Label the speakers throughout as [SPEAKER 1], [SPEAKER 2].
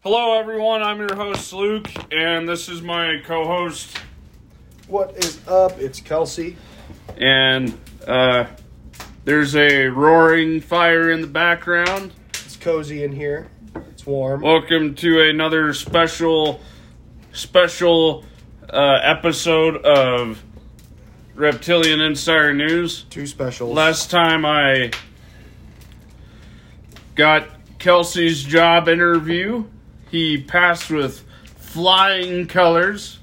[SPEAKER 1] Hello, everyone. I'm your host, Luke, and this is my co host.
[SPEAKER 2] What is up? It's Kelsey.
[SPEAKER 1] And uh, there's a roaring fire in the background.
[SPEAKER 2] It's cozy in here. It's warm.
[SPEAKER 1] Welcome to another special, special uh, episode of Reptilian Insider News.
[SPEAKER 2] Two specials.
[SPEAKER 1] Last time I got Kelsey's job interview, he passed with flying colors.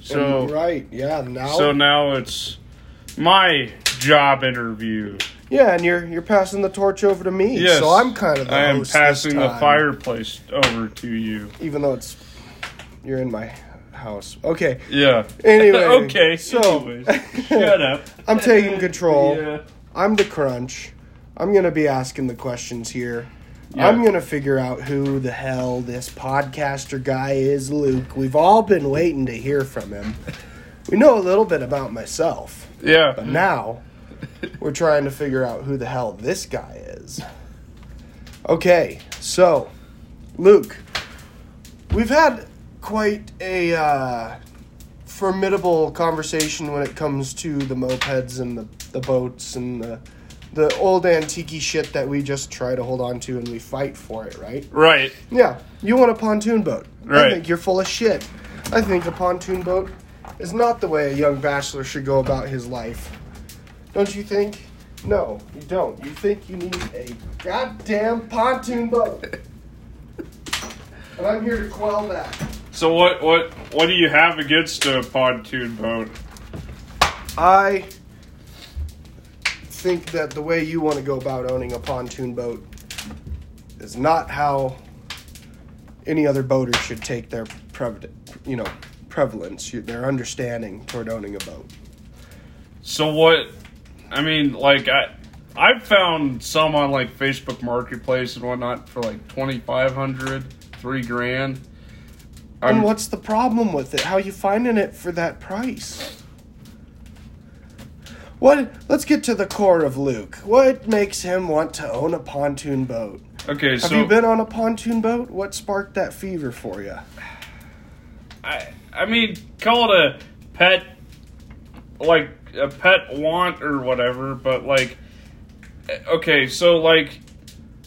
[SPEAKER 1] So
[SPEAKER 2] right, yeah. Now,
[SPEAKER 1] so now it's my job interview.
[SPEAKER 2] yeah, and you're you're passing the torch over to me.
[SPEAKER 1] Yes,
[SPEAKER 2] so I'm kind of. The
[SPEAKER 1] I am
[SPEAKER 2] host
[SPEAKER 1] passing
[SPEAKER 2] this
[SPEAKER 1] the
[SPEAKER 2] time,
[SPEAKER 1] fireplace over to you.
[SPEAKER 2] even though it's you're in my house. Okay.
[SPEAKER 1] Yeah.
[SPEAKER 2] Anyway,
[SPEAKER 1] okay.
[SPEAKER 2] so- Oh.
[SPEAKER 1] anyways, shut up.
[SPEAKER 2] I'm taking control.
[SPEAKER 1] Yeah.
[SPEAKER 2] I'm the crunch. I'm gonna be asking the questions here.
[SPEAKER 1] Yeah.
[SPEAKER 2] I'm gonna figure out who the hell this podcaster guy is, Luke. We've all been waiting to hear from him. We know a little bit about myself.
[SPEAKER 1] Yeah.
[SPEAKER 2] Now, we're trying to figure out who the hell this guy is. Okay, so, Luke, we've had quite a uh, formidable conversation when it comes to the mopeds and the, the boats and the, the old antique shit that we just try to hold on to and we fight for it, right?
[SPEAKER 1] Right.
[SPEAKER 2] Yeah, you want a pontoon boat.
[SPEAKER 1] Right.
[SPEAKER 2] I think you're full of shit. I think a pontoon boat is not the way a young bachelor should go about his life. Don't you think? No, you don't. You think you need a goddamn pontoon boat. and I'm here to quell that.
[SPEAKER 1] So what? What? What do you have against a pontoon boat?
[SPEAKER 2] I think that the way you want to go about owning a pontoon boat is not how any other boater should take their prev- you know prevalence, you- their understanding toward owning a boat.
[SPEAKER 1] So what? I mean, like I, I found some on like Facebook Marketplace and whatnot for like twenty five hundred, three grand.
[SPEAKER 2] And
[SPEAKER 1] I'm-
[SPEAKER 2] what's the problem with it? How you finding it for that price? What? Let's get to the core of Luke. What makes him want to own a pontoon boat?
[SPEAKER 1] Okay,
[SPEAKER 2] Have
[SPEAKER 1] so
[SPEAKER 2] you been on a pontoon boat? What sparked that fever for you?
[SPEAKER 1] I, I mean, call it a pet, like a pet want or whatever, but like, eh, okay, so like,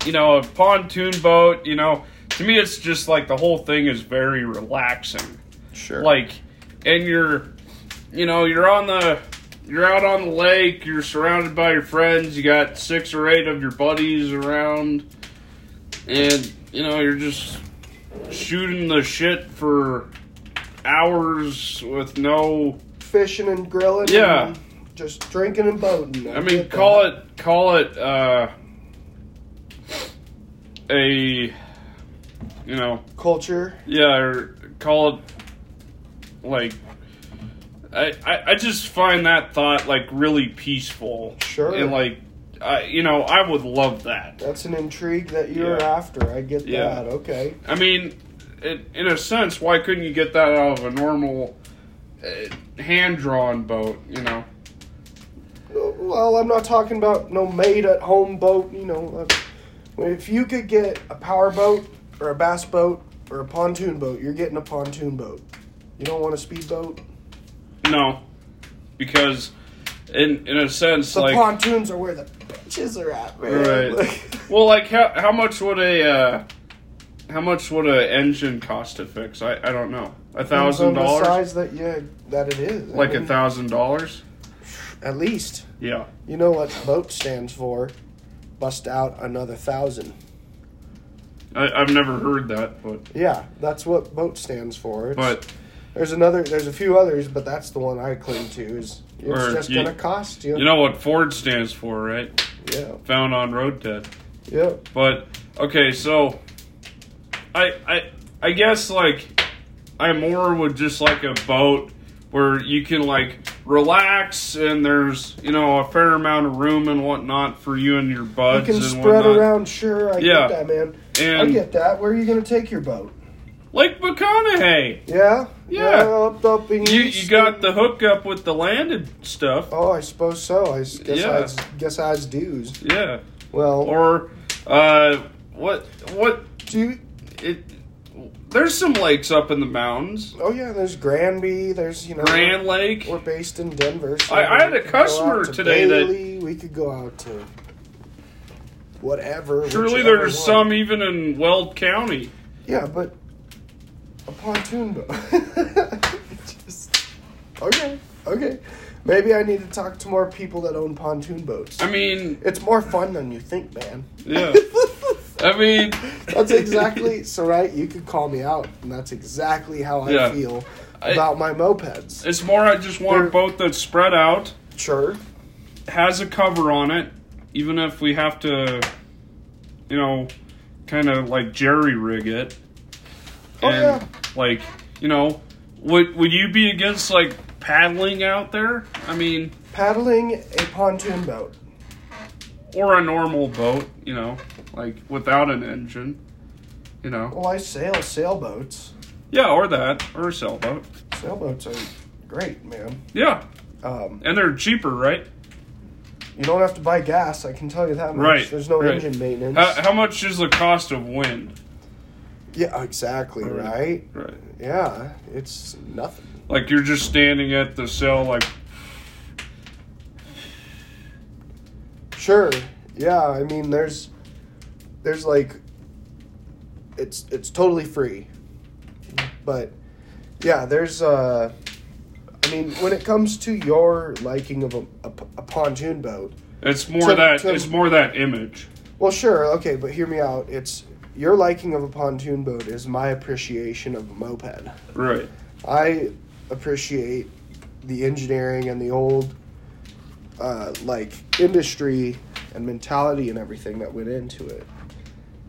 [SPEAKER 1] you know, a pontoon boat, you know, to me, it's just like the whole thing is very relaxing.
[SPEAKER 2] Sure.
[SPEAKER 1] like and you're you know you're on the you're out on the lake you're surrounded by your friends you got six or eight of your buddies around and you know you're just shooting the shit for hours with no
[SPEAKER 2] fishing and grilling.
[SPEAKER 1] Yeah.
[SPEAKER 2] and just drinking and boating.
[SPEAKER 1] i mean call it call it uh a you know
[SPEAKER 2] culture.
[SPEAKER 1] Yeah, or call it like I, I I just find that thought like really peaceful.
[SPEAKER 2] Sure.
[SPEAKER 1] And like I you know, I would love that.
[SPEAKER 2] That's an intrigue that you're
[SPEAKER 1] Yeah.
[SPEAKER 2] after. I get
[SPEAKER 1] Yeah.
[SPEAKER 2] that. Okay.
[SPEAKER 1] I mean, it, in a sense, why couldn't you get that out of a normal uh, hand-drawn boat, you know?
[SPEAKER 2] Well, I'm not talking about no made at home boat. You know, uh, if you could get a power boat or a bass boat or a pontoon boat, you're getting a pontoon boat. You don't want a speedboat.
[SPEAKER 1] No. Because in in a sense
[SPEAKER 2] The
[SPEAKER 1] like
[SPEAKER 2] pontoons are where the bitches are at, man.
[SPEAKER 1] Right. Well, like how how much would a uh, how much would a engine cost to fix? I, I don't know. A
[SPEAKER 2] Depends
[SPEAKER 1] thousand
[SPEAKER 2] on the
[SPEAKER 1] dollars,
[SPEAKER 2] size that yeah that it is. I
[SPEAKER 1] like a
[SPEAKER 2] mean,
[SPEAKER 1] thousand dollars.
[SPEAKER 2] At least.
[SPEAKER 1] Yeah.
[SPEAKER 2] You know what boat stands for? Bust out another thousand.
[SPEAKER 1] I, I've never heard that, but
[SPEAKER 2] Yeah, that's what boat stands for. It's,
[SPEAKER 1] but
[SPEAKER 2] there's another, there's a few others, but that's the one I cling to. Is it's
[SPEAKER 1] Or
[SPEAKER 2] just
[SPEAKER 1] you-
[SPEAKER 2] gonna cost you.
[SPEAKER 1] you know what Ford stands for, right?
[SPEAKER 2] yeah,
[SPEAKER 1] Found on road debt.
[SPEAKER 2] yeah.
[SPEAKER 1] But okay, so I I I guess like I more would just like a boat where you can like relax and there's you know a fair amount of room and whatnot for you and your
[SPEAKER 2] You
[SPEAKER 1] buds
[SPEAKER 2] can
[SPEAKER 1] and
[SPEAKER 2] spread
[SPEAKER 1] whatnot.
[SPEAKER 2] around. Sure, I
[SPEAKER 1] Yeah.
[SPEAKER 2] get that, man. I
[SPEAKER 1] And
[SPEAKER 2] get that. Where are you gonna take your boat?
[SPEAKER 1] Lake McConaughey,
[SPEAKER 2] Yeah,
[SPEAKER 1] Yeah.
[SPEAKER 2] up, up in
[SPEAKER 1] you you
[SPEAKER 2] east
[SPEAKER 1] got
[SPEAKER 2] and-
[SPEAKER 1] the hookup with the landed stuff.
[SPEAKER 2] Oh, I suppose so. I s- guess
[SPEAKER 1] Yeah.
[SPEAKER 2] I s- guess I's dues.
[SPEAKER 1] Yeah,
[SPEAKER 2] Well,
[SPEAKER 1] or uh, what what
[SPEAKER 2] do you,
[SPEAKER 1] it there's some lakes up in the mountains.
[SPEAKER 2] Oh yeah, there's Granby. There's you know
[SPEAKER 1] Grand Lake.
[SPEAKER 2] We're based in Denver. so
[SPEAKER 1] I- I had
[SPEAKER 2] we
[SPEAKER 1] a
[SPEAKER 2] could go out
[SPEAKER 1] customer
[SPEAKER 2] to
[SPEAKER 1] today that-
[SPEAKER 2] Bailey, we could go out to whatever.
[SPEAKER 1] Surely
[SPEAKER 2] whichever
[SPEAKER 1] there's
[SPEAKER 2] one.
[SPEAKER 1] some even in Weld County.
[SPEAKER 2] Yeah, but a pontoon boat. Just- okay, okay. Maybe I need to talk to more people that own pontoon boats.
[SPEAKER 1] I mean,
[SPEAKER 2] It's more fun than you think, man.
[SPEAKER 1] yeah. I mean,
[SPEAKER 2] That's exactly so. Right? You could call me out, and that's exactly how I
[SPEAKER 1] Yeah.
[SPEAKER 2] feel
[SPEAKER 1] I-
[SPEAKER 2] about my mopeds.
[SPEAKER 1] It's more I just want a
[SPEAKER 2] There-
[SPEAKER 1] boat that's spread out,
[SPEAKER 2] Sure.
[SPEAKER 1] has a cover on it, even if we have to, you know, kind of like jerry rig it.
[SPEAKER 2] Oh,
[SPEAKER 1] and
[SPEAKER 2] yeah.
[SPEAKER 1] like, you know, would would you be against like paddling out there? I mean,
[SPEAKER 2] Paddling a pontoon boat.
[SPEAKER 1] or a normal boat, you know, like without an engine, you know.
[SPEAKER 2] Well, I sail sailboats.
[SPEAKER 1] Yeah, or that, or a sailboat.
[SPEAKER 2] Sailboats are great, man.
[SPEAKER 1] Yeah,
[SPEAKER 2] Um,
[SPEAKER 1] and they're cheaper, right?
[SPEAKER 2] you don't have to buy gas. I can tell you that much.
[SPEAKER 1] Right,
[SPEAKER 2] There's no
[SPEAKER 1] right. Uh,
[SPEAKER 2] engine maintenance.
[SPEAKER 1] How, how much is the cost of wind?
[SPEAKER 2] yeah, exactly.
[SPEAKER 1] Right.
[SPEAKER 2] Right.
[SPEAKER 1] Right.
[SPEAKER 2] Yeah, it's nothing.
[SPEAKER 1] Like you're just standing at the sail, like
[SPEAKER 2] Sure. Yeah, I mean there's there's like it's it's totally free. But yeah, there's uh I mean when it comes to your liking of a, a p- a pontoon boat.
[SPEAKER 1] it's more
[SPEAKER 2] To-
[SPEAKER 1] that
[SPEAKER 2] to-
[SPEAKER 1] it's more that image.
[SPEAKER 2] Well, sure. Okay, but hear me out. It's your liking of a pontoon boat is my appreciation of a moped.
[SPEAKER 1] Right.
[SPEAKER 2] I appreciate the engineering and the old uh, like industry and mentality and everything that went into it.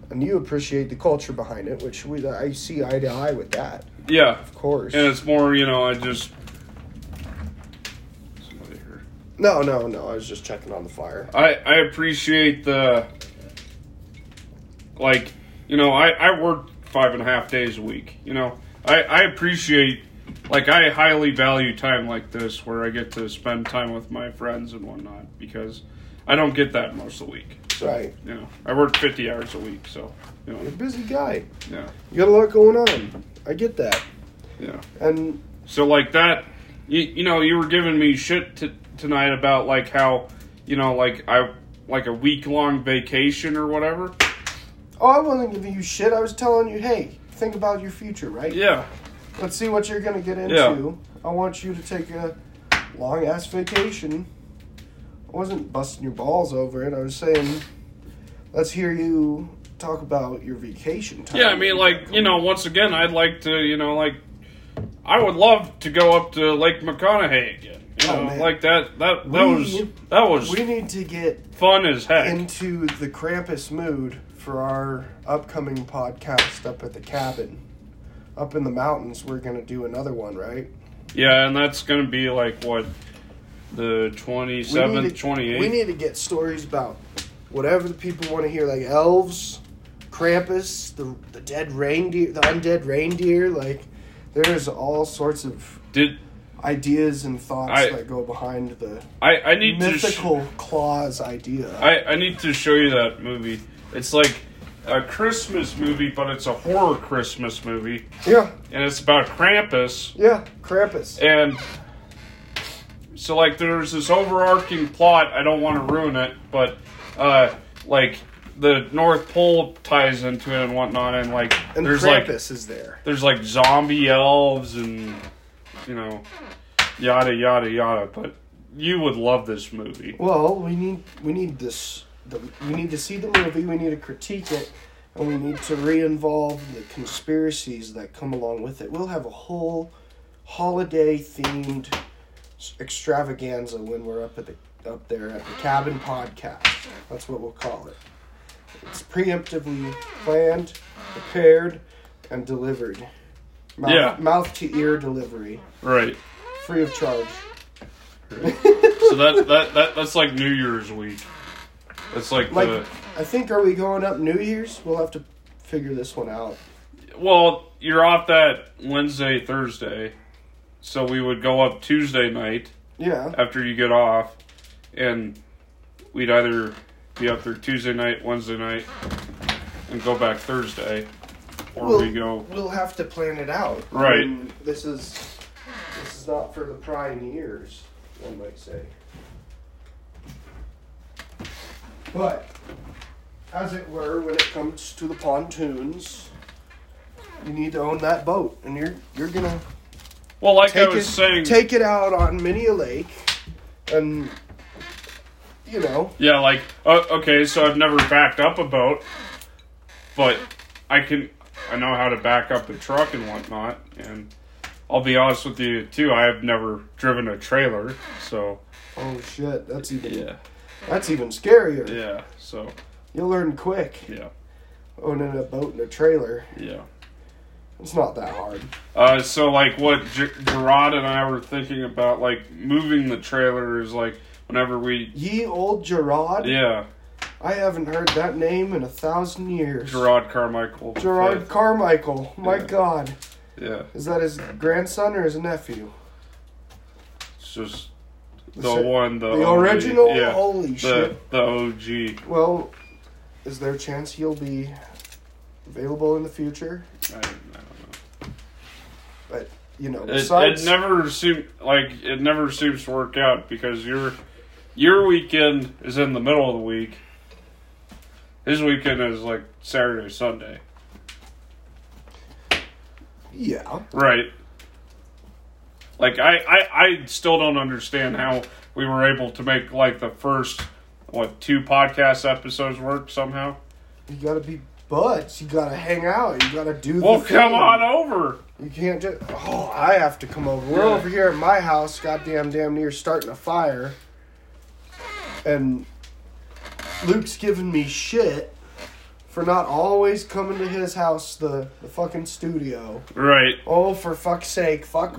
[SPEAKER 2] And you appreciate the culture behind it, which we I see eye to eye with that,
[SPEAKER 1] Yeah.
[SPEAKER 2] of course.
[SPEAKER 1] And it's more, you know, I just somebody here.
[SPEAKER 2] no, no, no. I was just checking on the fire.
[SPEAKER 1] I I appreciate the like, you know, I I work five and a half days a week. You know, I I appreciate like I highly value time like this where I get to spend time with my friends and whatnot because I don't get that most of the week. So,
[SPEAKER 2] Right.
[SPEAKER 1] You know, I work fifty hours a week, so you
[SPEAKER 2] You're a
[SPEAKER 1] know,
[SPEAKER 2] busy guy.
[SPEAKER 1] yeah,
[SPEAKER 2] You got a lot going on. I get that.
[SPEAKER 1] yeah.
[SPEAKER 2] And
[SPEAKER 1] So like that, you, you know, you were giving me shit t- tonight about like how, you know, like I like a week long vacation or whatever.
[SPEAKER 2] oh, I wasn't giving you shit. I was telling you, hey, think about your future, right?
[SPEAKER 1] Yeah,
[SPEAKER 2] Let's see what you're gonna get into. I want you to take a long ass vacation. I wasn't busting your balls over it. I was saying, let's hear you talk about your vacation time.
[SPEAKER 1] yeah. I mean, like you know, once again, I'd like to, you know, like I would love to go up to Lake McConaughey again. You
[SPEAKER 2] Oh,
[SPEAKER 1] know,
[SPEAKER 2] man.
[SPEAKER 1] like that. That that
[SPEAKER 2] We-
[SPEAKER 1] was that was
[SPEAKER 2] we need to get
[SPEAKER 1] fun as heck.
[SPEAKER 2] into the Krampus mood for our upcoming podcast up at the cabin, up in the mountains. We're gonna do another one, right?
[SPEAKER 1] yeah, and that's gonna be like what the twenty
[SPEAKER 2] We need
[SPEAKER 1] seventh,
[SPEAKER 2] to-
[SPEAKER 1] twenty
[SPEAKER 2] We
[SPEAKER 1] eighth.
[SPEAKER 2] need to get stories about whatever the people want to hear, like elves, Krampus, the the dead reindeer, the undead reindeer. Like there's all sorts of
[SPEAKER 1] Did
[SPEAKER 2] ideas and thoughts
[SPEAKER 1] I-
[SPEAKER 2] that go behind the
[SPEAKER 1] I? I need to. sh-
[SPEAKER 2] mythical claws idea.
[SPEAKER 1] I, I need to show you that movie. It's like a Christmas movie, but it's a horror Christmas movie,
[SPEAKER 2] yeah,
[SPEAKER 1] and it's about Krampus.
[SPEAKER 2] yeah, Krampus.
[SPEAKER 1] And so, like, there's this overarching plot. I don't want to ruin it, but uh, like the North Pole ties into it and whatnot, and like
[SPEAKER 2] And
[SPEAKER 1] there's
[SPEAKER 2] Krampus
[SPEAKER 1] like
[SPEAKER 2] is there.
[SPEAKER 1] there's like zombie elves and you know yada yada yada. But you would love this movie.
[SPEAKER 2] Well, we need we need this. The, we need to see the movie. We need to critique it, and we need to re-involve the conspiracies that come along with it. We'll have a whole holiday-themed s- extravaganza when we're up at the up there at the cabin podcast. That's what we'll call it. It's preemptively planned, prepared, and delivered. Mouth,
[SPEAKER 1] Yeah.
[SPEAKER 2] mouth to ear delivery,
[SPEAKER 1] Right.
[SPEAKER 2] free of charge.
[SPEAKER 1] So that, that that that's like New Year's week. That's like,
[SPEAKER 2] Like,
[SPEAKER 1] the
[SPEAKER 2] I think are we going up New Year's? We'll have to figure this one out.
[SPEAKER 1] well, you're off that Wednesday, Thursday, so we would go up Tuesday night
[SPEAKER 2] Yeah,
[SPEAKER 1] after you get off, and we'd either be up there Tuesday night, Wednesday night, and go back Thursday, or
[SPEAKER 2] we'll,
[SPEAKER 1] we go
[SPEAKER 2] We'll have to plan it out. I
[SPEAKER 1] Right.
[SPEAKER 2] mean, this is this is not for the prying ears, one might say. But as it were, when it comes to the pontoons, you need to own that boat, and you're you're gonna
[SPEAKER 1] well like i
[SPEAKER 2] take
[SPEAKER 1] was
[SPEAKER 2] it
[SPEAKER 1] saying
[SPEAKER 2] take it out on many a lake, and you know
[SPEAKER 1] yeah like uh, okay so i've never backed up a boat but i can i know how to back up a truck and whatnot and i'll be honest with you too i have never driven a trailer so
[SPEAKER 2] Oh shit, that's even that's even scarier.
[SPEAKER 1] yeah so
[SPEAKER 2] You'll learn quick
[SPEAKER 1] yeah
[SPEAKER 2] owning a boat and a trailer.
[SPEAKER 1] yeah
[SPEAKER 2] It's not that hard.
[SPEAKER 1] Uh, so like what G- Gerard and I were thinking about, like moving the trailer is like whenever we,
[SPEAKER 2] Ye old Gerard.
[SPEAKER 1] yeah,
[SPEAKER 2] I haven't heard that name in a thousand years.
[SPEAKER 1] Gerard Carmichael,
[SPEAKER 2] Gerard Carmichael. My
[SPEAKER 1] Yeah.
[SPEAKER 2] God,
[SPEAKER 1] yeah,
[SPEAKER 2] is that his grandson or his nephew?
[SPEAKER 1] it's just the
[SPEAKER 2] The,
[SPEAKER 1] one, the,
[SPEAKER 2] the
[SPEAKER 1] OG,
[SPEAKER 2] original.
[SPEAKER 1] Oh, yeah,
[SPEAKER 2] Holy
[SPEAKER 1] the
[SPEAKER 2] shit.
[SPEAKER 1] the
[SPEAKER 2] Well, is there a chance he'll be available in the future?
[SPEAKER 1] OG. I, I don't know.
[SPEAKER 2] You know,
[SPEAKER 1] It,
[SPEAKER 2] besides
[SPEAKER 1] it never seemed like it never seems to work out because your your weekend is in the middle of the week. His weekend is like Saturday, Sunday,
[SPEAKER 2] yeah.
[SPEAKER 1] Right. Like I, I, I still don't understand how we were able to make like the first what two podcast episodes work somehow.
[SPEAKER 2] You gotta be butts. You gotta hang out. You gotta do.
[SPEAKER 1] Well,
[SPEAKER 2] the
[SPEAKER 1] come
[SPEAKER 2] thing.
[SPEAKER 1] on over.
[SPEAKER 2] You can't just. Oh, I have to come over. We're
[SPEAKER 1] Yeah.
[SPEAKER 2] over here at my house, goddamn, damn near starting a fire. And Luke's giving me shit for not always coming to his house, the, the fucking studio.
[SPEAKER 1] Right.
[SPEAKER 2] Oh, for fuck's sake, fuck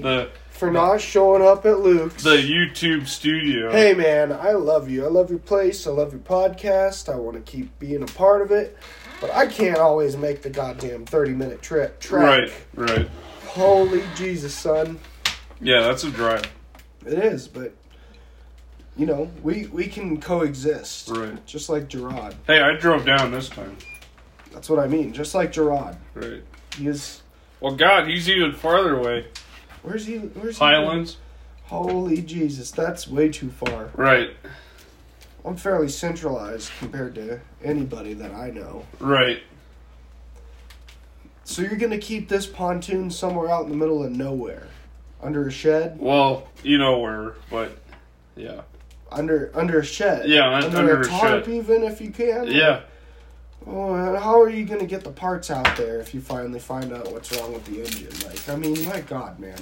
[SPEAKER 1] The the
[SPEAKER 2] for not showing up at Luke's.
[SPEAKER 1] the YouTube studio.
[SPEAKER 2] Hey man, I love you. I love your place. I love your podcast. I want to keep being a part of it, but I can't always make the goddamn thirty minute trip. Track.
[SPEAKER 1] Right. Right.
[SPEAKER 2] Holy Jesus, son.
[SPEAKER 1] Yeah, that's a drive.
[SPEAKER 2] It is, but you know, we we can coexist.
[SPEAKER 1] Right.
[SPEAKER 2] Just like Gerard.
[SPEAKER 1] Hey, I drove down this time.
[SPEAKER 2] That's what I mean. Just like Gerard.
[SPEAKER 1] Right.
[SPEAKER 2] He is
[SPEAKER 1] Well, God, he's even farther away.
[SPEAKER 2] where's he where's he been?
[SPEAKER 1] Highlands.
[SPEAKER 2] Holy Jesus, that's way too far.
[SPEAKER 1] Right.
[SPEAKER 2] I'm fairly centralized compared to anybody that I know.
[SPEAKER 1] Right.
[SPEAKER 2] So you're gonna keep this pontoon somewhere out in the middle of nowhere. Under a shed?
[SPEAKER 1] Well, you know where, but yeah.
[SPEAKER 2] Under under a shed.
[SPEAKER 1] Yeah, un-
[SPEAKER 2] Under,
[SPEAKER 1] under
[SPEAKER 2] a
[SPEAKER 1] a
[SPEAKER 2] tarp
[SPEAKER 1] shed.
[SPEAKER 2] even if you can.
[SPEAKER 1] Yeah.
[SPEAKER 2] Oh, and how are you gonna get the parts out there if you finally find out what's wrong with the engine? Like, I mean, my God, man,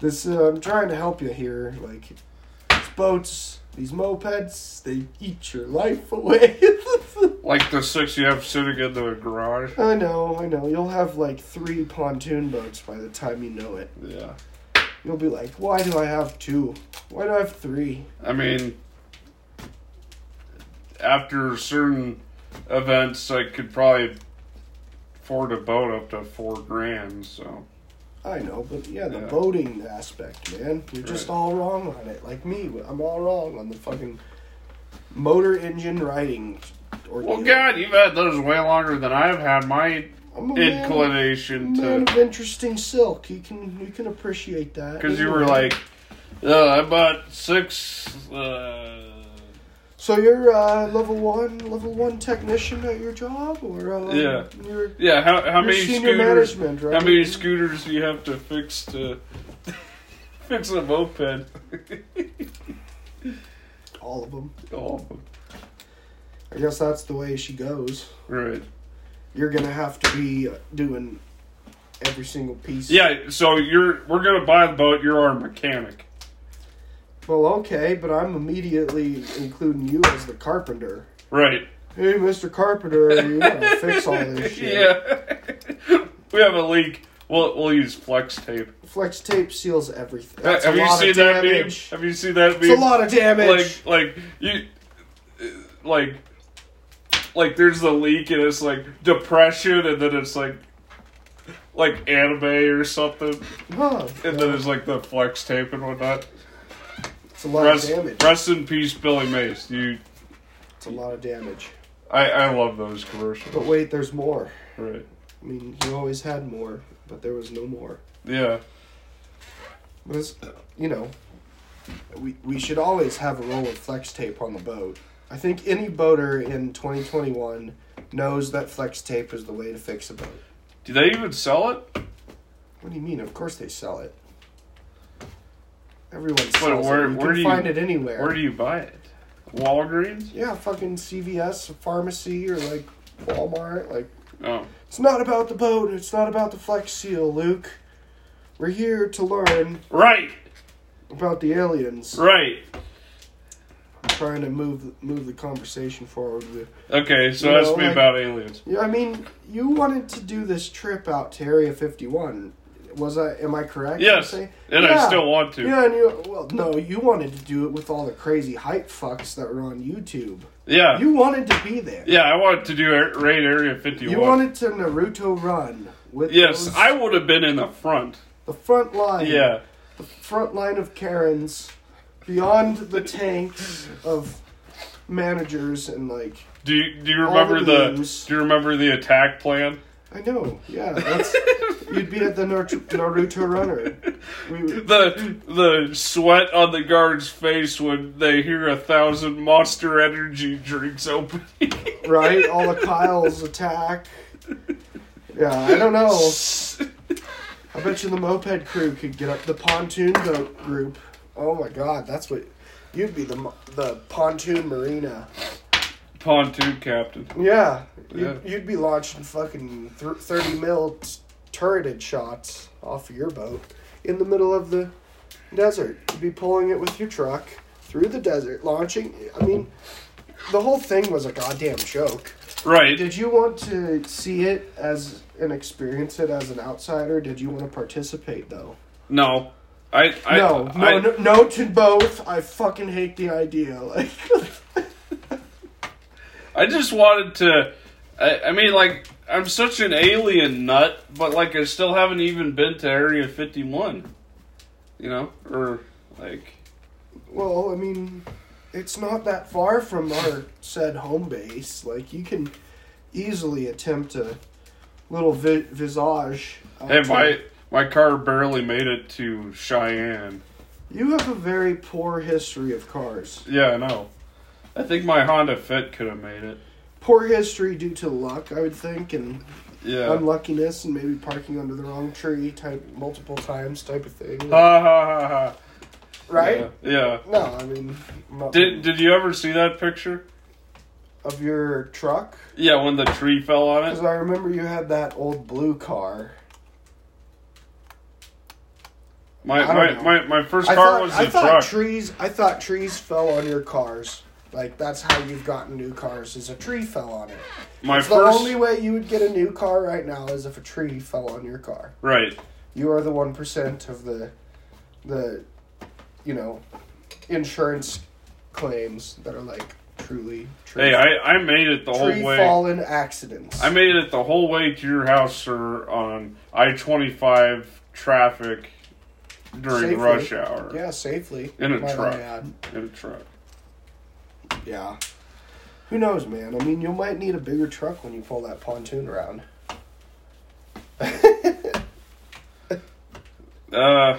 [SPEAKER 2] this. Uh, I'm trying to help you here. Like, these boats, these mopeds, they eat your life away.
[SPEAKER 1] Like the six you have sitting in the garage.
[SPEAKER 2] I know, I know. You'll have like three pontoon boats by the time you know it.
[SPEAKER 1] Yeah.
[SPEAKER 2] You'll be like, why do I have two? Why do I have three?
[SPEAKER 1] I mean, after certain events, I could probably afford a boat up to four grand. So
[SPEAKER 2] I know, but yeah, the
[SPEAKER 1] Yeah.
[SPEAKER 2] boating aspect, man. You're just
[SPEAKER 1] Right.
[SPEAKER 2] all wrong on it. Like me, I'm all wrong on the fucking motor engine riding.
[SPEAKER 1] well,
[SPEAKER 2] ordeal.
[SPEAKER 1] God, you've had those way longer than I've had my
[SPEAKER 2] I'm a man,
[SPEAKER 1] inclination
[SPEAKER 2] man
[SPEAKER 1] to.
[SPEAKER 2] of interesting silk. You can you can appreciate that.
[SPEAKER 1] Because you were like, uh, I bought six. Uh,
[SPEAKER 2] so you're uh, level one, level one technician at your job, or um,
[SPEAKER 1] Yeah.
[SPEAKER 2] you're,
[SPEAKER 1] yeah, how how
[SPEAKER 2] you're
[SPEAKER 1] many
[SPEAKER 2] senior
[SPEAKER 1] scooters?
[SPEAKER 2] management, right?
[SPEAKER 1] How many scooters do you have to fix to fix a moped?
[SPEAKER 2] All of them.
[SPEAKER 1] All of them.
[SPEAKER 2] I guess that's the way she goes.
[SPEAKER 1] Right.
[SPEAKER 2] You're gonna have to be doing every single piece.
[SPEAKER 1] Yeah, so you're we're gonna buy the boat, you're our mechanic.
[SPEAKER 2] Well, okay, but I'm immediately including you as the carpenter.
[SPEAKER 1] Right.
[SPEAKER 2] Hey, Mr. Carpenter, you gotta fix all this shit.
[SPEAKER 1] Yeah. we have a leak. We'll we'll use flex tape.
[SPEAKER 2] Flex tape seals everything. That's
[SPEAKER 1] Uh, have
[SPEAKER 2] a
[SPEAKER 1] you
[SPEAKER 2] lot
[SPEAKER 1] seen
[SPEAKER 2] of
[SPEAKER 1] that meme?
[SPEAKER 2] damage.
[SPEAKER 1] Have you seen that meme?
[SPEAKER 2] It's a lot of damage.
[SPEAKER 1] Like like you like like there's the leak and it's like depression and then it's like like anime or something
[SPEAKER 2] Huh.
[SPEAKER 1] and then there's like the flex tape and whatnot.
[SPEAKER 2] It's a lot of
[SPEAKER 1] Rest,
[SPEAKER 2] damage.
[SPEAKER 1] rest in peace, Billy Mays. You
[SPEAKER 2] It's a lot of damage.
[SPEAKER 1] I, I love those commercials.
[SPEAKER 2] But wait, there's more.
[SPEAKER 1] Right.
[SPEAKER 2] I mean, he always had more, but there was no more.
[SPEAKER 1] Yeah.
[SPEAKER 2] But it's, you know, we, we should always have a roll of flex tape on the boat. I think any boater in 2021 knows that flex tape is the way to fix a boat.
[SPEAKER 1] Do they even sell it?
[SPEAKER 2] What do you mean? Of course they sell it. Everyone sells
[SPEAKER 1] where-
[SPEAKER 2] it. You
[SPEAKER 1] where
[SPEAKER 2] can
[SPEAKER 1] do you-
[SPEAKER 2] find it anywhere.
[SPEAKER 1] Where do you buy it? Walgreens?
[SPEAKER 2] yeah, fucking CVS, a pharmacy, or like Walmart. Like
[SPEAKER 1] Oh.
[SPEAKER 2] it's not about the boat. It's not about the Flex Seal, Luke. We're here to learn
[SPEAKER 1] Right.
[SPEAKER 2] about the aliens.
[SPEAKER 1] Right.
[SPEAKER 2] I'm trying to move move the conversation forward. With,
[SPEAKER 1] Okay, so
[SPEAKER 2] You
[SPEAKER 1] that's
[SPEAKER 2] know,
[SPEAKER 1] me
[SPEAKER 2] like-
[SPEAKER 1] about aliens.
[SPEAKER 2] yeah, I mean, you wanted to do this trip out to Area 51. Was I? Am I correct? in
[SPEAKER 1] Yes.
[SPEAKER 2] saying-
[SPEAKER 1] And I
[SPEAKER 2] Yeah.
[SPEAKER 1] still want to. Yeah.
[SPEAKER 2] Yeah, and you well no, you wanted to do it with all the crazy hype fucks that were on YouTube.
[SPEAKER 1] Yeah,
[SPEAKER 2] You wanted to be there.
[SPEAKER 1] I wanted to do Air- Raid Area 51.
[SPEAKER 2] You wanted to Naruto run with
[SPEAKER 1] yes,
[SPEAKER 2] those- Mm.
[SPEAKER 1] I would have been in the front.
[SPEAKER 2] the front line.
[SPEAKER 1] Yeah.
[SPEAKER 2] the front line of Karens, beyond the tanks of managers and like
[SPEAKER 1] Do you, do you
[SPEAKER 2] All
[SPEAKER 1] remember
[SPEAKER 2] the
[SPEAKER 1] the,
[SPEAKER 2] news.
[SPEAKER 1] do you remember the attack plan?
[SPEAKER 2] I know, yeah, that's you'd be at the Nar- Naruto runner. We,
[SPEAKER 1] The the sweat on the guard's face when they hear a thousand monster energy drinks open.
[SPEAKER 2] right, all the Kyle's attack. Yeah, I don't know. I bet you the moped crew could get up the pontoon boat group. Oh my god, that's what you'd be the mo- the pontoon marina.
[SPEAKER 1] Pontoon captain.
[SPEAKER 2] Yeah, you'd,
[SPEAKER 1] Yeah.
[SPEAKER 2] you'd be launching fucking th- thirty mil t- turreted shots off of your boat in the middle of the desert. You'd be pulling it with your truck through the desert, launching. I mean, the whole thing was a goddamn joke.
[SPEAKER 1] Right.
[SPEAKER 2] Did you want to see it as and experience it as an outsider? Did you want to participate though?
[SPEAKER 1] No. I, I
[SPEAKER 2] no, no,
[SPEAKER 1] I-
[SPEAKER 2] no, no to both. I fucking hate the idea. Like,
[SPEAKER 1] I just wanted to. I, I mean, like, I'm such an alien nut, but, like, I still haven't even been to Area 51. You know? Or, like.
[SPEAKER 2] well, I mean, it's not that far from our said home base. Like, you can easily attempt a little vi- visage. out
[SPEAKER 1] Hey,
[SPEAKER 2] to-
[SPEAKER 1] my, my car barely made it to Cheyenne.
[SPEAKER 2] You have a very poor history of cars.
[SPEAKER 1] Yeah, I know. I think my Honda Fit could have made it.
[SPEAKER 2] Poor history due to luck, I would think, and
[SPEAKER 1] Yeah.
[SPEAKER 2] unluckiness, and maybe parking under the wrong tree type multiple times type of thing.
[SPEAKER 1] ha ha ha ha.
[SPEAKER 2] right?
[SPEAKER 1] Uh, Yeah. yeah.
[SPEAKER 2] No, I mean, not-
[SPEAKER 1] Did, did you ever see that picture?
[SPEAKER 2] of your truck.
[SPEAKER 1] Yeah, when the tree fell on it.
[SPEAKER 2] Because I remember you had that old blue car.
[SPEAKER 1] My
[SPEAKER 2] I don't
[SPEAKER 1] my,
[SPEAKER 2] know.
[SPEAKER 1] my, my first
[SPEAKER 2] I
[SPEAKER 1] car
[SPEAKER 2] thought,
[SPEAKER 1] was
[SPEAKER 2] I
[SPEAKER 1] the
[SPEAKER 2] thought
[SPEAKER 1] truck.
[SPEAKER 2] trees. I thought trees fell on your cars. Like that's how you've gotten new cars is a tree fell on it.
[SPEAKER 1] my
[SPEAKER 2] It's
[SPEAKER 1] first
[SPEAKER 2] the only way you would get a new car right now is if a tree fell on your car.
[SPEAKER 1] right.
[SPEAKER 2] You are the one percent of the, the, you know, insurance claims that are like truly tree,
[SPEAKER 1] Hey, I, I made it the
[SPEAKER 2] tree
[SPEAKER 1] whole way.
[SPEAKER 2] fallen accidents.
[SPEAKER 1] I made it the whole way to your house, sir, on I twenty five traffic during
[SPEAKER 2] Safely.
[SPEAKER 1] rush hour
[SPEAKER 2] yeah, safely
[SPEAKER 1] In a
[SPEAKER 2] might I
[SPEAKER 1] truck.
[SPEAKER 2] add.
[SPEAKER 1] in a truck.
[SPEAKER 2] Yeah. Who knows, man? I mean, you might need a bigger truck when you pull that pontoon around.
[SPEAKER 1] Uh,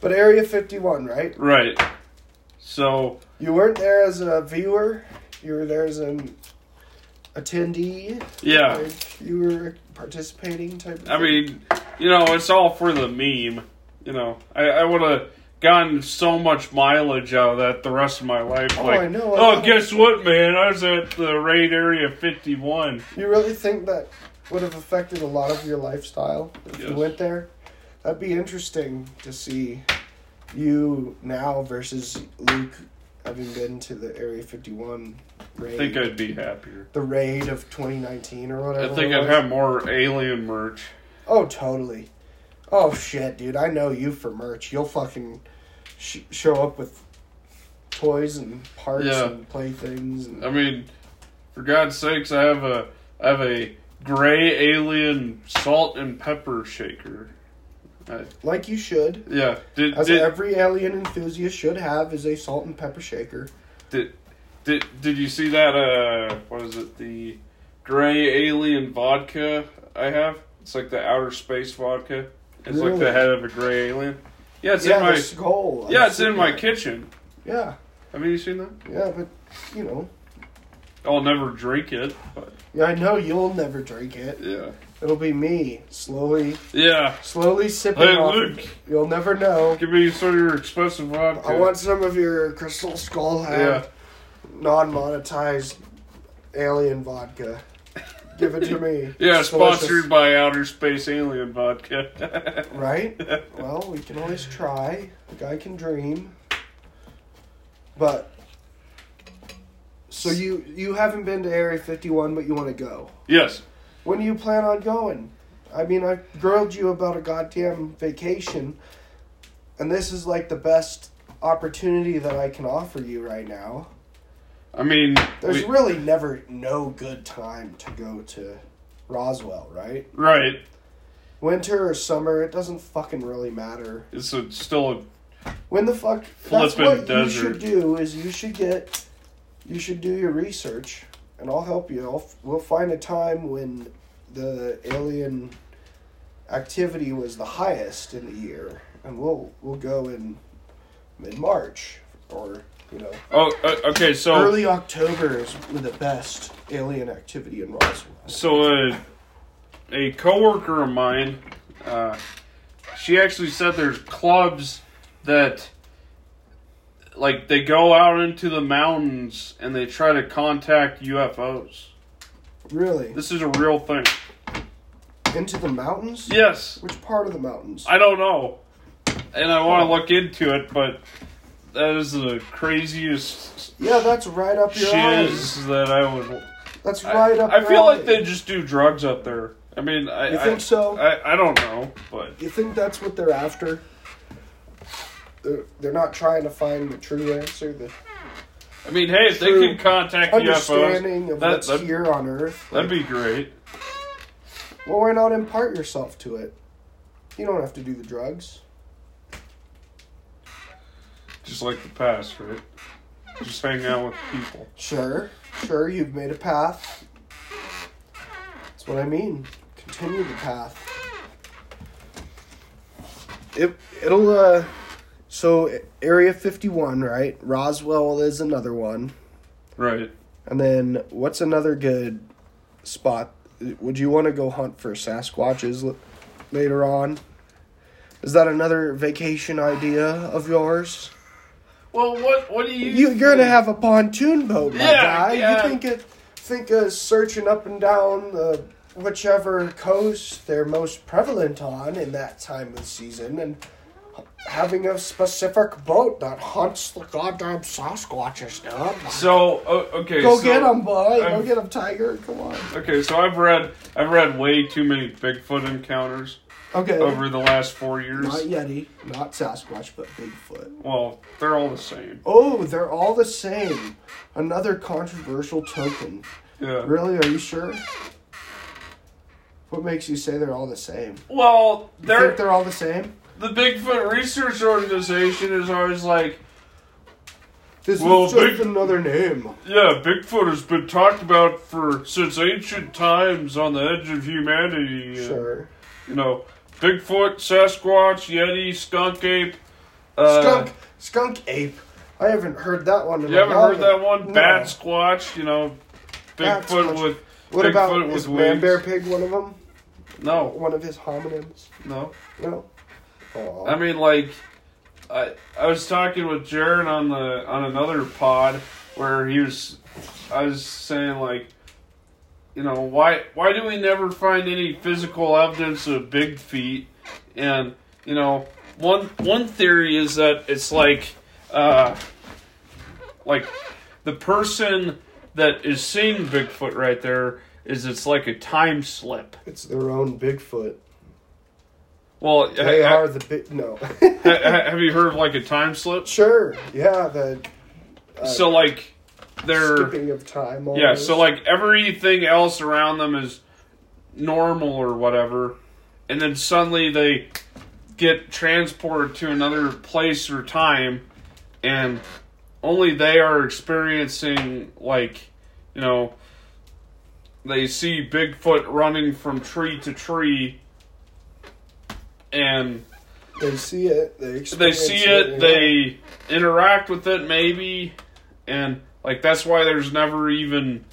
[SPEAKER 2] But Area 51, right?
[SPEAKER 1] right. So
[SPEAKER 2] You weren't there as a viewer, you were there as an attendee.
[SPEAKER 1] yeah,
[SPEAKER 2] Like, you were participating type of
[SPEAKER 1] I
[SPEAKER 2] thing.
[SPEAKER 1] mean, you know, it's all for the meme. You know, I, I would have gotten so much mileage out of that the rest of my life.
[SPEAKER 2] Oh,
[SPEAKER 1] like,
[SPEAKER 2] I know.
[SPEAKER 1] oh, guess what, man? I was at the raid area fifty one.
[SPEAKER 2] You really think that would have affected a lot of your lifestyle if you
[SPEAKER 1] Yes.
[SPEAKER 2] went there? That'd be interesting to see you now versus Luke having been to the Area 51 raid.
[SPEAKER 1] I think I'd be happier.
[SPEAKER 2] the raid of 2019 or
[SPEAKER 1] I
[SPEAKER 2] whatever.
[SPEAKER 1] think
[SPEAKER 2] it
[SPEAKER 1] I'd
[SPEAKER 2] was.
[SPEAKER 1] have more alien merch.
[SPEAKER 2] Oh, totally. Oh shit, dude! I know you for merch. You'll fucking sh- show up with toys and parts
[SPEAKER 1] Yeah. Um,
[SPEAKER 2] and playthings. And-
[SPEAKER 1] I mean, for God's sakes, I have a I have a gray alien salt and pepper shaker.
[SPEAKER 2] like you should,
[SPEAKER 1] Yeah. Did
[SPEAKER 2] as
[SPEAKER 1] did,
[SPEAKER 2] every alien enthusiast should have, is a salt and pepper shaker.
[SPEAKER 1] did did did you see that? Uh, what is it? The gray alien vodka I have. It's like the outer space vodka. It's like
[SPEAKER 2] Really?
[SPEAKER 1] the head of a gray alien. Yeah, it's
[SPEAKER 2] yeah,
[SPEAKER 1] in my
[SPEAKER 2] the skull. I've
[SPEAKER 1] yeah, it's
[SPEAKER 2] seen
[SPEAKER 1] in my
[SPEAKER 2] it.
[SPEAKER 1] kitchen.
[SPEAKER 2] Yeah,
[SPEAKER 1] Have you seen that?
[SPEAKER 2] yeah, but you know,
[SPEAKER 1] I'll never drink it. But
[SPEAKER 2] yeah, I know you'll never drink it.
[SPEAKER 1] yeah,
[SPEAKER 2] It'll be me slowly,
[SPEAKER 1] yeah.
[SPEAKER 2] slowly sipping.
[SPEAKER 1] Hey
[SPEAKER 2] off.
[SPEAKER 1] Luke,
[SPEAKER 2] You'll never know.
[SPEAKER 1] give me some of your expensive vodka.
[SPEAKER 2] I want some of your Crystal Skull Hat
[SPEAKER 1] Yeah.
[SPEAKER 2] non-monetized alien vodka. Give it to me.
[SPEAKER 1] yeah,
[SPEAKER 2] It's
[SPEAKER 1] sponsored by Outer Space Alien Vodka.
[SPEAKER 2] delicious. Right? Well, we can always try. The guy can dream. But so you you haven't been to Area 51, but you want to go.
[SPEAKER 1] yes.
[SPEAKER 2] When do you plan on going? I mean, I grilled you about a goddamn vacation, and this is like the best opportunity that I can offer you right now.
[SPEAKER 1] I mean,
[SPEAKER 2] There's
[SPEAKER 1] we-
[SPEAKER 2] really never no good time to go to Roswell, right?
[SPEAKER 1] right.
[SPEAKER 2] Winter or summer, it doesn't fucking really matter.
[SPEAKER 1] It's a, still a
[SPEAKER 2] When the fuck that's
[SPEAKER 1] Flippin'
[SPEAKER 2] what you
[SPEAKER 1] desert.
[SPEAKER 2] should do is you should get you should do your research and I'll help you. I'll, f- we'll find a time when the alien activity was the highest in the year and we'll we'll go in mid-March or you know
[SPEAKER 1] Oh, uh, okay. So
[SPEAKER 2] early October is the best alien activity in Roswell.
[SPEAKER 1] so a a coworker of mine, uh, she actually said there's clubs that like they go out into the mountains and they try to contact UFOs.
[SPEAKER 2] Really?
[SPEAKER 1] This is a real thing.
[SPEAKER 2] Into the mountains?
[SPEAKER 1] Yes,
[SPEAKER 2] Which part of the mountains?
[SPEAKER 1] I don't know, and I want to look into it, but that is the craziest
[SPEAKER 2] yeah, that's right up your alley.
[SPEAKER 1] shiz that I would.
[SPEAKER 2] That's
[SPEAKER 1] I-
[SPEAKER 2] right up.
[SPEAKER 1] I,
[SPEAKER 2] your
[SPEAKER 1] feel like
[SPEAKER 2] alley.
[SPEAKER 1] they just do drugs up there. I mean, I
[SPEAKER 2] You think
[SPEAKER 1] I,
[SPEAKER 2] so?
[SPEAKER 1] I, I don't know, but
[SPEAKER 2] You think that's what they're after? They're, they're not trying to find the true answer, the
[SPEAKER 1] I mean, hey, if
[SPEAKER 2] True.
[SPEAKER 1] they can contact
[SPEAKER 2] understanding
[SPEAKER 1] UFOs,
[SPEAKER 2] of
[SPEAKER 1] that,
[SPEAKER 2] what's
[SPEAKER 1] that,
[SPEAKER 2] here on Earth.
[SPEAKER 1] that'd be great.
[SPEAKER 2] well, why not impart yourself to it? You don't have to do the drugs.
[SPEAKER 1] Just like the past, right? Just hang out with people.
[SPEAKER 2] Sure, sure, you've made a path. That's what I mean. Continue the path. It it'll uh, so Area Fifty One, right? Roswell is another one,
[SPEAKER 1] Right.
[SPEAKER 2] and then what's another good spot? Would you want to go hunt for Sasquatches l- later on? Is that another vacation idea of yours?
[SPEAKER 1] Well, what what do you?
[SPEAKER 2] You, you're gonna have a pontoon boat, my
[SPEAKER 1] Yeah,
[SPEAKER 2] guy.
[SPEAKER 1] yeah.
[SPEAKER 2] You think of, think of searching up and down the whichever coast they're most prevalent on in that time of the season, and h- having a specific boat that hunts the goddamn Sasquatches down.
[SPEAKER 1] So o- okay,
[SPEAKER 2] Go
[SPEAKER 1] so,
[SPEAKER 2] get 'em, boy. Go
[SPEAKER 1] I'm-
[SPEAKER 2] get 'em, tiger. Come on.
[SPEAKER 1] Okay, so I've read I've read way too many Bigfoot encounters
[SPEAKER 2] Okay.
[SPEAKER 1] over the last four
[SPEAKER 2] Not
[SPEAKER 1] years.
[SPEAKER 2] Yeti, not Sasquatch, but Bigfoot.
[SPEAKER 1] Well, they're all the same.
[SPEAKER 2] Oh, they're all the same. Another controversial token.
[SPEAKER 1] Yeah.
[SPEAKER 2] Really? Are you sure? What makes you say they're all the same?
[SPEAKER 1] Well,
[SPEAKER 2] You
[SPEAKER 1] they're
[SPEAKER 2] think they're all the same?
[SPEAKER 1] the Bigfoot Research Organization is always like,
[SPEAKER 2] This
[SPEAKER 1] Well,
[SPEAKER 2] is just
[SPEAKER 1] big-
[SPEAKER 2] another name.
[SPEAKER 1] yeah, Bigfoot has been talked about for since ancient times on the edge of humanity. and,
[SPEAKER 2] Sure.
[SPEAKER 1] You know, Bigfoot, Sasquatch, Yeti, Skunk Ape. Uh,
[SPEAKER 2] skunk, skunk ape. I haven't heard that one. In
[SPEAKER 1] You
[SPEAKER 2] a
[SPEAKER 1] haven't
[SPEAKER 2] while.
[SPEAKER 1] heard that one?
[SPEAKER 2] No.
[SPEAKER 1] Bat Squatch, you know,
[SPEAKER 2] Bat
[SPEAKER 1] Bigfoot
[SPEAKER 2] Squatch.
[SPEAKER 1] with.
[SPEAKER 2] What
[SPEAKER 1] Bigfoot
[SPEAKER 2] about
[SPEAKER 1] with
[SPEAKER 2] is man
[SPEAKER 1] wings. Oh.
[SPEAKER 2] bear pig one of them?
[SPEAKER 1] No,
[SPEAKER 2] One of his homonyms?
[SPEAKER 1] no.
[SPEAKER 2] No. Oh.
[SPEAKER 1] I mean, like, I I was talking with Jaron on the on another pod where he was, I was saying like, you know, why why do we never find any physical evidence of big feet? And you know, one one theory is that it's like, uh, like the person that is seeing Bigfoot right there is it's like a time slip.
[SPEAKER 2] it's their own Bigfoot.
[SPEAKER 1] Well,
[SPEAKER 2] They
[SPEAKER 1] ha- ha-
[SPEAKER 2] are the big. No.
[SPEAKER 1] ha- have you heard of like a time slip?
[SPEAKER 2] sure. Yeah. The uh,
[SPEAKER 1] so like they're
[SPEAKER 2] skipping of time. Almost.
[SPEAKER 1] yeah so like everything else around them is normal or whatever and then suddenly they get transported to another place or time and only they are experiencing like you know they see Bigfoot running from tree to tree, and
[SPEAKER 2] They see it. They
[SPEAKER 1] they
[SPEAKER 2] experience
[SPEAKER 1] see it, they interact with it maybe, and like that's why there's never even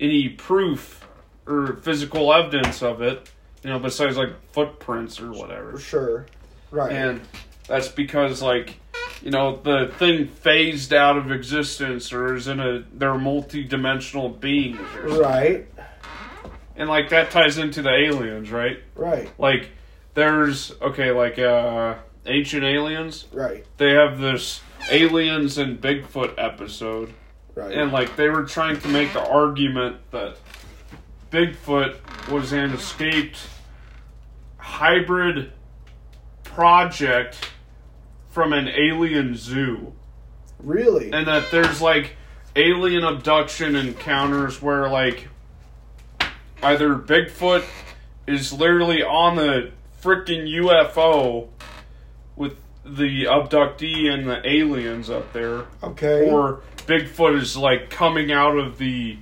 [SPEAKER 1] any proof or physical evidence of it, you know, besides like footprints or
[SPEAKER 2] for
[SPEAKER 1] whatever.
[SPEAKER 2] sure, right?
[SPEAKER 1] And that's because like you know the thing phased out of existence or is in a they're multi-dimensional beings or something.
[SPEAKER 2] right,
[SPEAKER 1] and like that ties into the aliens right
[SPEAKER 2] right,
[SPEAKER 1] like there's okay like uh ancient aliens
[SPEAKER 2] right,
[SPEAKER 1] they have this aliens and bigfoot episode
[SPEAKER 2] right.
[SPEAKER 1] and like they were trying to make the argument that bigfoot was an escaped hybrid project from an alien zoo
[SPEAKER 2] really,
[SPEAKER 1] and that there's like alien abduction encounters where like either Bigfoot is literally on the freaking UFO with the abductee and the aliens up there,
[SPEAKER 2] okay,
[SPEAKER 1] or Bigfoot is like coming out of the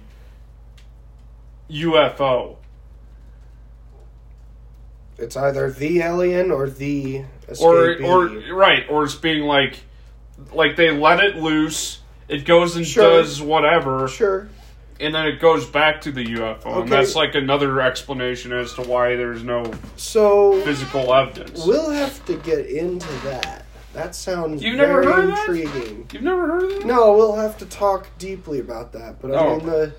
[SPEAKER 1] UFO.
[SPEAKER 2] it's either the alien or the
[SPEAKER 1] or
[SPEAKER 2] escapee.
[SPEAKER 1] or right or it's being like like they let it loose it goes and
[SPEAKER 2] Sure.
[SPEAKER 1] does whatever
[SPEAKER 2] sure,
[SPEAKER 1] and then it goes back to the UFO,
[SPEAKER 2] Okay.
[SPEAKER 1] and that's like another explanation as to why there's no
[SPEAKER 2] so
[SPEAKER 1] physical evidence.
[SPEAKER 2] We'll have to get into that. That sounds
[SPEAKER 1] You've never
[SPEAKER 2] very
[SPEAKER 1] heard of that?
[SPEAKER 2] intriguing.
[SPEAKER 1] You've never heard of that?
[SPEAKER 2] No, we'll have to talk deeply about that. But I
[SPEAKER 1] Oh.
[SPEAKER 2] mean, the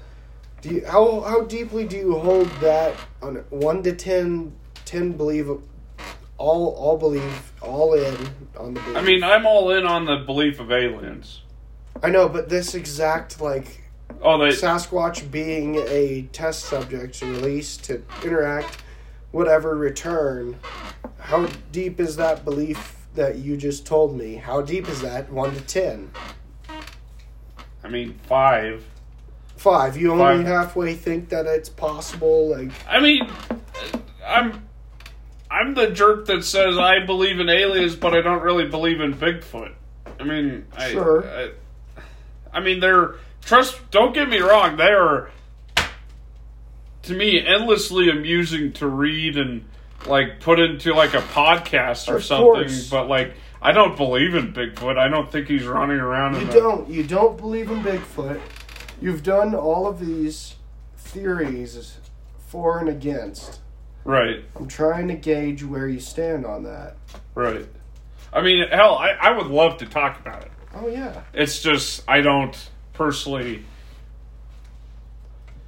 [SPEAKER 2] do you, how how deeply do you hold that on a- one to ten? Ten believe all all believe all in on the. Belief.
[SPEAKER 1] I mean, I'm all in on the belief of aliens.
[SPEAKER 2] I know, but this exact like
[SPEAKER 1] Oh, they
[SPEAKER 2] Sasquatch being a test subject to release to interact, whatever return. How deep is that belief that you just told me? How deep is that? One to ten.
[SPEAKER 1] I mean, five.
[SPEAKER 2] Five. You only
[SPEAKER 1] Five.
[SPEAKER 2] halfway think that it's possible. Like
[SPEAKER 1] I mean, I'm I'm the jerk that says I believe in aliens, but I don't really believe in Bigfoot. I mean, I,
[SPEAKER 2] Sure.
[SPEAKER 1] I, I mean, they're trust. Don't get me wrong; they are to me endlessly amusing to read and like put into like a podcast or
[SPEAKER 2] Of
[SPEAKER 1] something.
[SPEAKER 2] course.
[SPEAKER 1] But like, I don't believe in Bigfoot. I don't think he's running around.
[SPEAKER 2] you
[SPEAKER 1] in a-
[SPEAKER 2] don't. You don't believe in Bigfoot. You've done all of these theories for and against.
[SPEAKER 1] right,
[SPEAKER 2] I'm trying to gauge where you stand on that.
[SPEAKER 1] right. I mean, hell, I, I would love to talk about it.
[SPEAKER 2] Oh yeah.
[SPEAKER 1] It's just I don't personally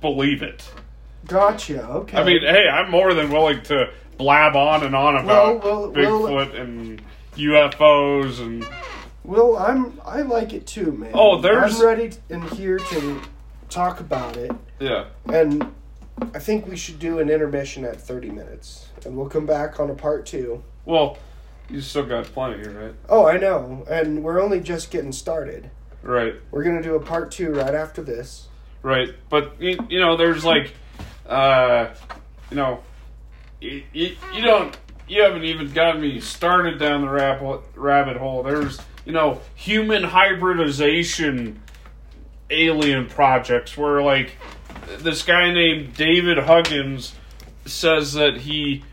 [SPEAKER 1] believe it.
[SPEAKER 2] Gotcha. Okay.
[SPEAKER 1] I mean, hey, I'm more than willing to blab on and on
[SPEAKER 2] Well,
[SPEAKER 1] about
[SPEAKER 2] well, well-
[SPEAKER 1] Bigfoot and UFOs and
[SPEAKER 2] Well, I'm I like it too, man.
[SPEAKER 1] Oh, there's-
[SPEAKER 2] I'm ready t- in here to talk about it,
[SPEAKER 1] yeah.
[SPEAKER 2] and I think we should do an intermission at 30 minutes, and we'll come back on a part two.
[SPEAKER 1] Well, you still got plenty, right?
[SPEAKER 2] Oh, I know, and we're only just getting started.
[SPEAKER 1] Right,
[SPEAKER 2] We're gonna do a part two right after this.
[SPEAKER 1] right. But you, you know, there's like, uh, you know, you, you, you don't. You haven't even got me started down the rabbit rabbit hole. There's, you know, human hybridization alien projects where like this guy named David Huggins says that he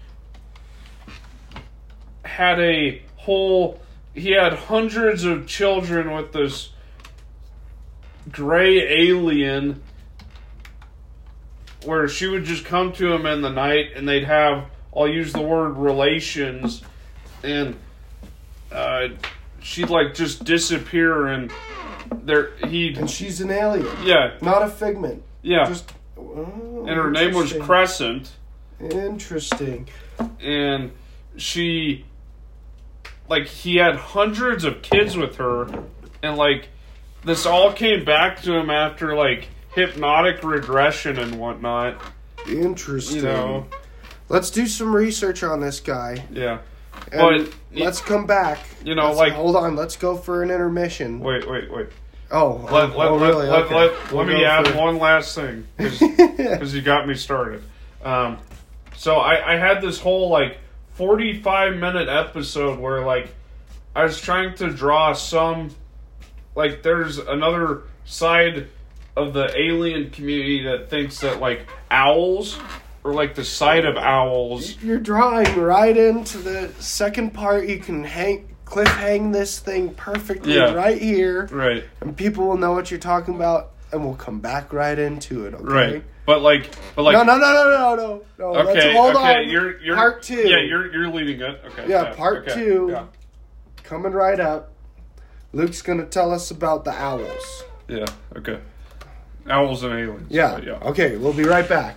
[SPEAKER 1] had a whole he had hundreds of children with this gray alien where she would just come to him in the night and they'd have I'll use the word relations and uh, she'd like just disappear and there he'd
[SPEAKER 2] And she's an alien,
[SPEAKER 1] yeah,
[SPEAKER 2] not a figment.
[SPEAKER 1] yeah.
[SPEAKER 2] Just oh,
[SPEAKER 1] and her name was
[SPEAKER 2] interesting.
[SPEAKER 1] Crescent,
[SPEAKER 2] Interesting.
[SPEAKER 1] and she, like, he had hundreds of kids with her, and like, this all came back to him after like hypnotic regression and whatnot.
[SPEAKER 2] Interesting.
[SPEAKER 1] You know,
[SPEAKER 2] Let's do some research on this guy.
[SPEAKER 1] yeah.
[SPEAKER 2] And
[SPEAKER 1] But
[SPEAKER 2] let's come back.
[SPEAKER 1] You know,
[SPEAKER 2] Let's-
[SPEAKER 1] like-
[SPEAKER 2] hold on. Let's go for an intermission.
[SPEAKER 1] wait, wait, wait.
[SPEAKER 2] Oh,
[SPEAKER 1] Let
[SPEAKER 2] oh,
[SPEAKER 1] let
[SPEAKER 2] oh,
[SPEAKER 1] let
[SPEAKER 2] really?
[SPEAKER 1] let,
[SPEAKER 2] Okay.
[SPEAKER 1] let,
[SPEAKER 2] We'll
[SPEAKER 1] let me
[SPEAKER 2] go
[SPEAKER 1] add
[SPEAKER 2] for-
[SPEAKER 1] one last thing. 'cause- because you got me started. Um, so I, I had this whole like 45 minute episode where like I was trying to draw some like there's another side of the alien community that thinks that like owls or like the sight of owls.
[SPEAKER 2] You're drawing right into the second part. You can hang cliffhang this thing perfectly
[SPEAKER 1] Yeah.
[SPEAKER 2] right here,
[SPEAKER 1] Right.
[SPEAKER 2] and people will know what you're talking about, and we'll come back right into it. Okay.
[SPEAKER 1] Right. But like but like
[SPEAKER 2] no, no, no, no, no, no, no.
[SPEAKER 1] Okay,
[SPEAKER 2] let's hold
[SPEAKER 1] okay,
[SPEAKER 2] on.
[SPEAKER 1] you're you're
[SPEAKER 2] part two.
[SPEAKER 1] Yeah, you're you're leading it. Okay.
[SPEAKER 2] Yeah, part
[SPEAKER 1] okay,
[SPEAKER 2] two.
[SPEAKER 1] Yeah.
[SPEAKER 2] coming right up. Luke's gonna tell us about the owls.
[SPEAKER 1] yeah, okay. Owls and aliens.
[SPEAKER 2] Yeah.
[SPEAKER 1] but yeah.
[SPEAKER 2] Okay, we'll be right back.